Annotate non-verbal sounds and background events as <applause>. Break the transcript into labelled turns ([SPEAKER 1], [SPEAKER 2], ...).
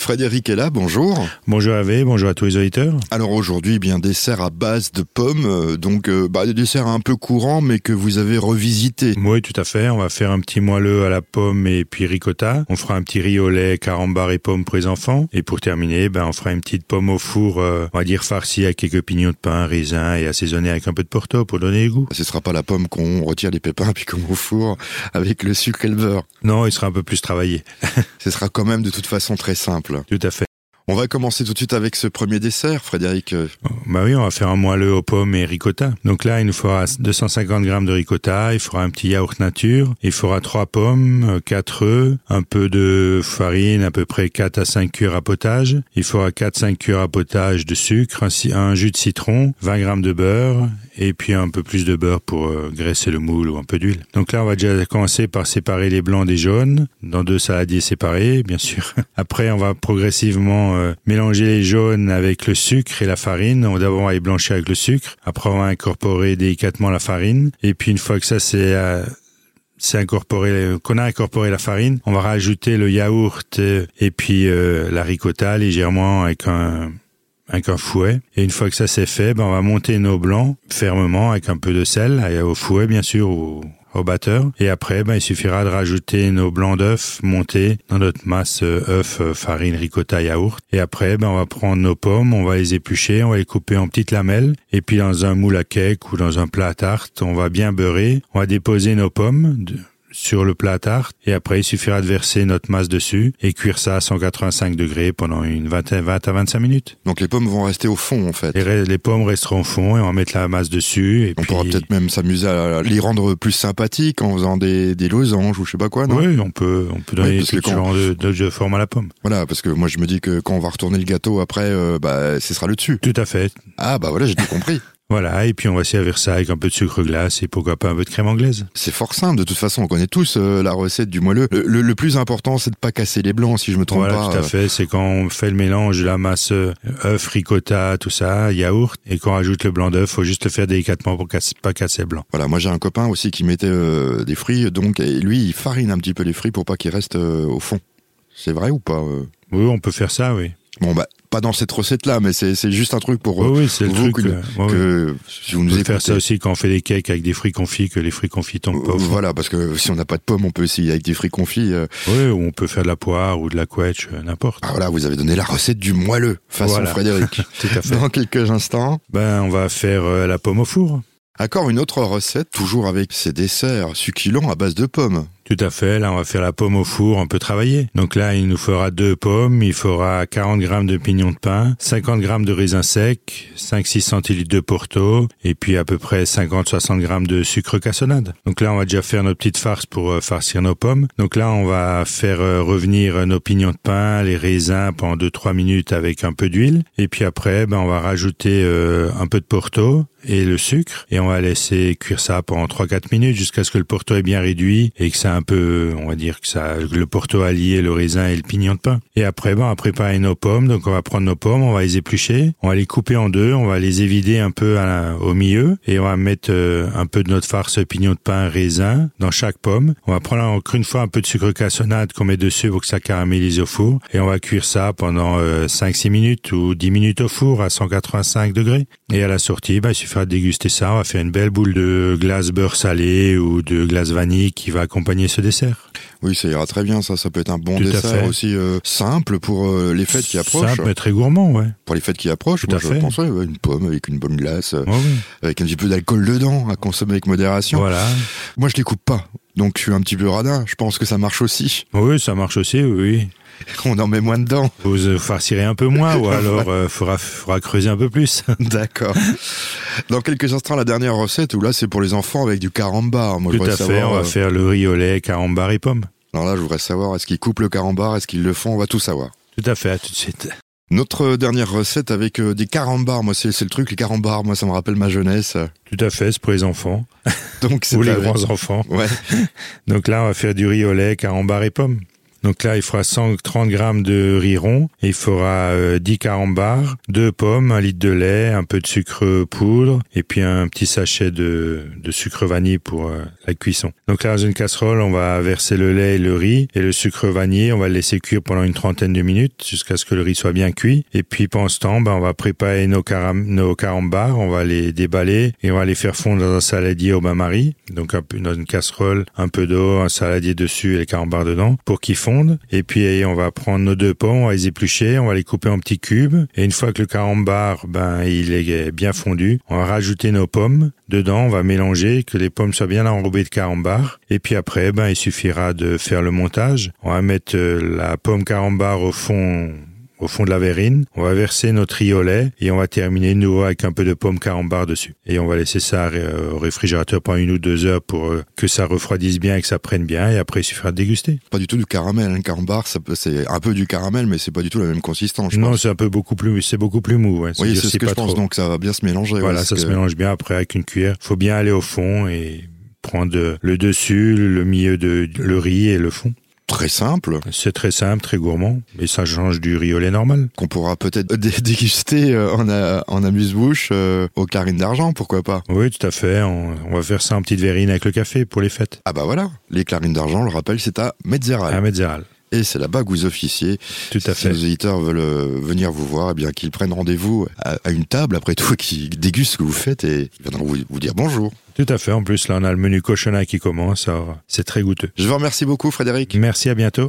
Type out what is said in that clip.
[SPEAKER 1] Frédéric est là, bonjour.
[SPEAKER 2] Bonjour Ave, bonjour à tous les auditeurs.
[SPEAKER 1] Alors aujourd'hui, eh bien dessert à base de pommes, euh, donc euh, bah, des desserts un peu courants mais que vous avez revisité.
[SPEAKER 2] Oui, tout à fait. On va faire un petit moelleux à la pomme et puis ricotta. On fera un petit riz au lait, carambar et pommes pour les enfants. Et pour terminer, ben, on fera une petite pomme au four, euh, on va dire farcie avec quelques pignons de pain, raisin et assaisonnée avec un peu de porto pour donner le goût.
[SPEAKER 1] Ce sera pas la pomme qu'on retire les pépins <laughs> puis qu'on four avec le sucre et le beurre.
[SPEAKER 2] Non, il sera un peu plus travaillé.
[SPEAKER 1] Ce sera quand même de toute façon très simple.
[SPEAKER 2] Tout à fait.
[SPEAKER 1] On va commencer tout de suite avec ce premier dessert, Frédéric.
[SPEAKER 2] Bah oui, on va faire un moelleux aux pommes et ricotta. Donc là, il nous faudra 250 grammes de ricotta, il faudra un petit yaourt nature, il faudra trois pommes, euh, quatre œufs, un peu de farine, à peu près 4 à 5 cuillères à potage, il faudra 4-5 cuillères à potage de sucre, un, un, jus de citron, 20 grammes de beurre, et puis un peu plus de beurre pour euh, graisser le moule ou un peu d'huile. Donc là, on va déjà commencer par séparer les blancs des jaunes, dans deux saladiers séparés, bien sûr. <laughs> Après, on va progressivement euh, mélanger les jaunes avec le sucre et la farine. On d'abord va les blanchir avec le sucre. Après, on va incorporer délicatement la farine. Et puis, une fois que ça c'est euh, incorporé, qu'on a incorporé la farine, on va rajouter le yaourt et puis euh, la ricotta légèrement avec un avec un fouet. Et une fois que ça c'est fait, ben, on va monter nos blancs fermement avec un peu de sel, au fouet bien sûr, au, au batteur. Et après, ben, il suffira de rajouter nos blancs d'œufs montés dans notre masse euh, œuf, farine, ricotta, yaourt. Et après, ben, on va prendre nos pommes, on va les éplucher, on va les couper en petites lamelles. Et puis, dans un moule à cake ou dans un plat à tarte, on va bien beurrer. On va déposer nos pommes. De sur le plat à tarte et après il suffira de verser notre masse dessus et cuire ça à 185 degrés pendant une vingtaine, 20 à 25 minutes.
[SPEAKER 1] Donc les pommes vont rester au fond en fait.
[SPEAKER 2] Les, les pommes resteront au fond et on va mettre la masse dessus. Et
[SPEAKER 1] on
[SPEAKER 2] puis...
[SPEAKER 1] pourra peut-être même s'amuser à les rendre plus sympathiques en faisant des, des losanges ou je sais pas quoi. Ah Non
[SPEAKER 2] oui, on peut, on peut donner oui, tout genre de, de, de, forme à la pomme.
[SPEAKER 1] Voilà, parce que moi je me dis que quand on va retourner le gâteau après, euh, bah, ce sera le dessus.
[SPEAKER 2] Tout à fait.
[SPEAKER 1] Ah bah voilà, j'ai tout compris.
[SPEAKER 2] Voilà, et puis on va essayer à faire ça avec un peu de sucre glace et pourquoi pas un peu de crème anglaise.
[SPEAKER 1] C'est fort simple, de toute façon, on connaît tous euh, la recette du moelleux. Le, le, le plus important, c'est de pas casser les blancs, si je me trompe
[SPEAKER 2] voilà,
[SPEAKER 1] pas.
[SPEAKER 2] Voilà, tout à fait, c'est quand on fait le mélange de la masse euh, œuf, ricotta, tout ça, yaourt, et qu'on rajoute le blanc d'œuf, faut juste le faire délicatement pour casse, pas casser le blanc.
[SPEAKER 1] Voilà, moi j'ai un copain aussi qui mettait euh, des fruits, donc et lui, il farine un petit peu les fruits pour pas qu'ils restent euh, au fond. C'est vrai ou pas euh?
[SPEAKER 2] Oui, on peut faire ça, oui.
[SPEAKER 1] Bon, bah, pas dans cette recette-là, mais c'est juste un truc pour
[SPEAKER 2] oui, oui,
[SPEAKER 1] vous
[SPEAKER 2] truc, euh,
[SPEAKER 1] que,
[SPEAKER 2] Oh, oui.
[SPEAKER 1] que si vous nous
[SPEAKER 2] on peut faire ça aussi quand on fait des cakes avec des fruits confits, que les fruits confits tombent pas.
[SPEAKER 1] Voilà, parce que si on n'a pas de pommes, on peut essayer avec des fruits confits. euh.
[SPEAKER 2] Oui, ou on peut faire de la poire ou de la couette, n'importe.
[SPEAKER 1] Ah, voilà, vous avez donné la recette du moelleux, façon
[SPEAKER 2] voilà. <laughs>
[SPEAKER 1] Frédéric.
[SPEAKER 2] Tout à fait.
[SPEAKER 1] Dans quelques instants.
[SPEAKER 2] Ben, on va faire euh, la pomme au four.
[SPEAKER 1] Encore une autre recette, toujours avec ces desserts succulents à base de pommes.
[SPEAKER 2] Tout à fait, là on va faire la pomme au four, on peut travailler. Donc là il nous fera deux pommes, il fera 40 grammes de pignons de pain, 50 grammes de raisin sec, 5-6 centilitres de porto, et puis à peu près 50-60 grammes de sucre cassonade. Donc là on va déjà faire nos petites farces pour euh, farcir nos pommes. Donc là on va faire euh, revenir nos pignons de pain, les raisins pendant 2-3 minutes avec un peu d'huile, et puis après ben, on va rajouter euh, un peu de porto et le sucre, et on va laisser cuire ça pendant 3-4 minutes jusqu'à ce que le porto est bien réduit et que ça un peu, on va dire que ça, le porto a lié le raisin et le pignon de pain. Et après, ben, on va préparer nos pommes. Donc, on va prendre nos pommes, on va les éplucher, on va les couper en deux, on va les évider un peu à la, au milieu et on va mettre euh, un peu de notre farce pignon de pain raisin dans chaque pomme. On va prendre encore une fois un peu de sucre cassonade qu'on met dessus pour que ça caramélise au four et on va cuire ça pendant euh, 5-6 minutes ou 10 minutes au four à 185 degrés. Et à la sortie, ben, il suffira de déguster ça. On va faire une belle boule de glace beurre salé ou de glace vanille qui va accompagner ce dessert.
[SPEAKER 1] Oui, ça ira très bien, ça. Ça peut être un bon Tout dessert aussi euh, simple pour euh, les fêtes qui approchent.
[SPEAKER 2] Simple mais très gourmand, ouais.
[SPEAKER 1] Pour les fêtes qui approchent,
[SPEAKER 2] Tout moi,
[SPEAKER 1] à je
[SPEAKER 2] fait.
[SPEAKER 1] pense, ouais, une pomme avec une bonne glace, euh,
[SPEAKER 2] ouais, ouais.
[SPEAKER 1] avec un petit peu d'alcool dedans, à consommer avec modération.
[SPEAKER 2] Voilà.
[SPEAKER 1] Moi, je les coupe pas, donc je suis un petit peu radin. Je pense que ça marche aussi. <laughs>
[SPEAKER 2] Oui, ça marche aussi, oui.
[SPEAKER 1] On en met moins dedans. <laughs>
[SPEAKER 2] Vous euh, farcirez un peu moins <laughs> ou alors il euh, faudra, faudra, creuser un peu plus.
[SPEAKER 1] D'accord. Dans quelques instants, la dernière recette, où là c'est pour les enfants avec du carambar.
[SPEAKER 2] Moi, Tout à savoir, fait, on va euh... faire le riz au lait, carambar et pommes.
[SPEAKER 1] Alors là, je voudrais savoir, est-ce qu'ils coupent le carambar, est-ce qu'ils le font On va tout savoir.
[SPEAKER 2] Tout à fait, à tout de suite.
[SPEAKER 1] Notre euh, dernière recette avec euh, des carambars, moi c'est le truc, les carambars, moi ça me rappelle ma jeunesse.
[SPEAKER 2] Tout à fait, c'est pour les enfants.
[SPEAKER 1] Donc
[SPEAKER 2] <laughs> Ou les grands-enfants.
[SPEAKER 1] Ouais.
[SPEAKER 2] Donc là, on va faire du riz au lait, carambar et pommes. Donc là, il fera 130 grammes de riz rond, et il fera euh, 10 carambars, 2 pommes, 1 litre de lait, un peu de sucre poudre, et puis un petit sachet de, de sucre vanille pour euh, la cuisson. Donc là, dans une casserole, on va verser le lait et le riz, et le sucre vanille, on va le laisser cuire pendant une trentaine de minutes, jusqu'à ce que le riz soit bien cuit. Et puis pendant ce temps, ben, on va préparer nos, caram nos carambars, on va les déballer, et on va les faire fondre dans un saladier au bain-marie, donc un peu- dans une casserole, un peu d'eau, un saladier dessus et les carambars dedans, pour qu'ils fondent. Et puis eh, on va prendre nos deux pommes, on va les éplucher, on va les couper en petits cubes. Et une fois que le carambar, ben il est bien fondu, on va rajouter nos pommes dedans, on va mélanger que les pommes soient bien enrobées de carambar. Et puis après, ben il suffira de faire le montage. On va mettre euh, la pomme carambar au fond au fond de la verrine, on va verser notre riz au lait et on va terminer de nouveau avec un peu de pomme carambar dessus. Et on va laisser ça euh, au réfrigérateur pendant une ou deux heures pour euh, que ça refroidisse bien et que ça prenne bien et après il suffira de déguster.
[SPEAKER 1] Pas du tout du caramel, hein. le carambar, ça peut- c'est un peu du caramel, mais c'est pas du tout la même consistance, je
[SPEAKER 2] non,
[SPEAKER 1] pense.
[SPEAKER 2] c'est un peu beaucoup plus, c'est beaucoup plus mou.
[SPEAKER 1] Oui,
[SPEAKER 2] Ouais. C'est-à-dire,
[SPEAKER 1] c'est ce que
[SPEAKER 2] pas
[SPEAKER 1] je pense,
[SPEAKER 2] trop-
[SPEAKER 1] donc ça va bien se mélanger.
[SPEAKER 2] Voilà,
[SPEAKER 1] ouais,
[SPEAKER 2] ça
[SPEAKER 1] parce
[SPEAKER 2] se
[SPEAKER 1] que-
[SPEAKER 2] mélange bien après avec une cuillère. Faut bien aller au fond et prendre le dessus, le milieu de le riz et le fond.
[SPEAKER 1] Très simple,
[SPEAKER 2] C'est très simple, très gourmand et ça change du riz au lait normal.
[SPEAKER 1] qu'on pourra peut-être <laughs> dé- déguster euh, en, a- en amuse-bouche euh, aux carines d'argent, pourquoi pas
[SPEAKER 2] Oui, tout à fait. On, on va faire ça en petite verrine avec le café pour les fêtes.
[SPEAKER 1] Ah bah voilà, les clarines d'argent, le rappel, c'est à Metzeral.
[SPEAKER 2] À Metzeral.
[SPEAKER 1] Et c'est là-bas que vous officiez.
[SPEAKER 2] Ah. Tout à
[SPEAKER 1] si
[SPEAKER 2] fait.
[SPEAKER 1] nos auditeurs veulent euh, venir vous voir, eh bien qu'ils prennent rendez-vous à, à une table, après tout, <laughs> qui dégustent ce que vous faites et ils viendront vous, vous dire bonjour.
[SPEAKER 2] Tout à fait. En plus, là, on a le menu cochonnat qui commence. Alors, c'est très goûteux.
[SPEAKER 1] Je vous remercie beaucoup, Frédéric.
[SPEAKER 2] Merci, à bientôt.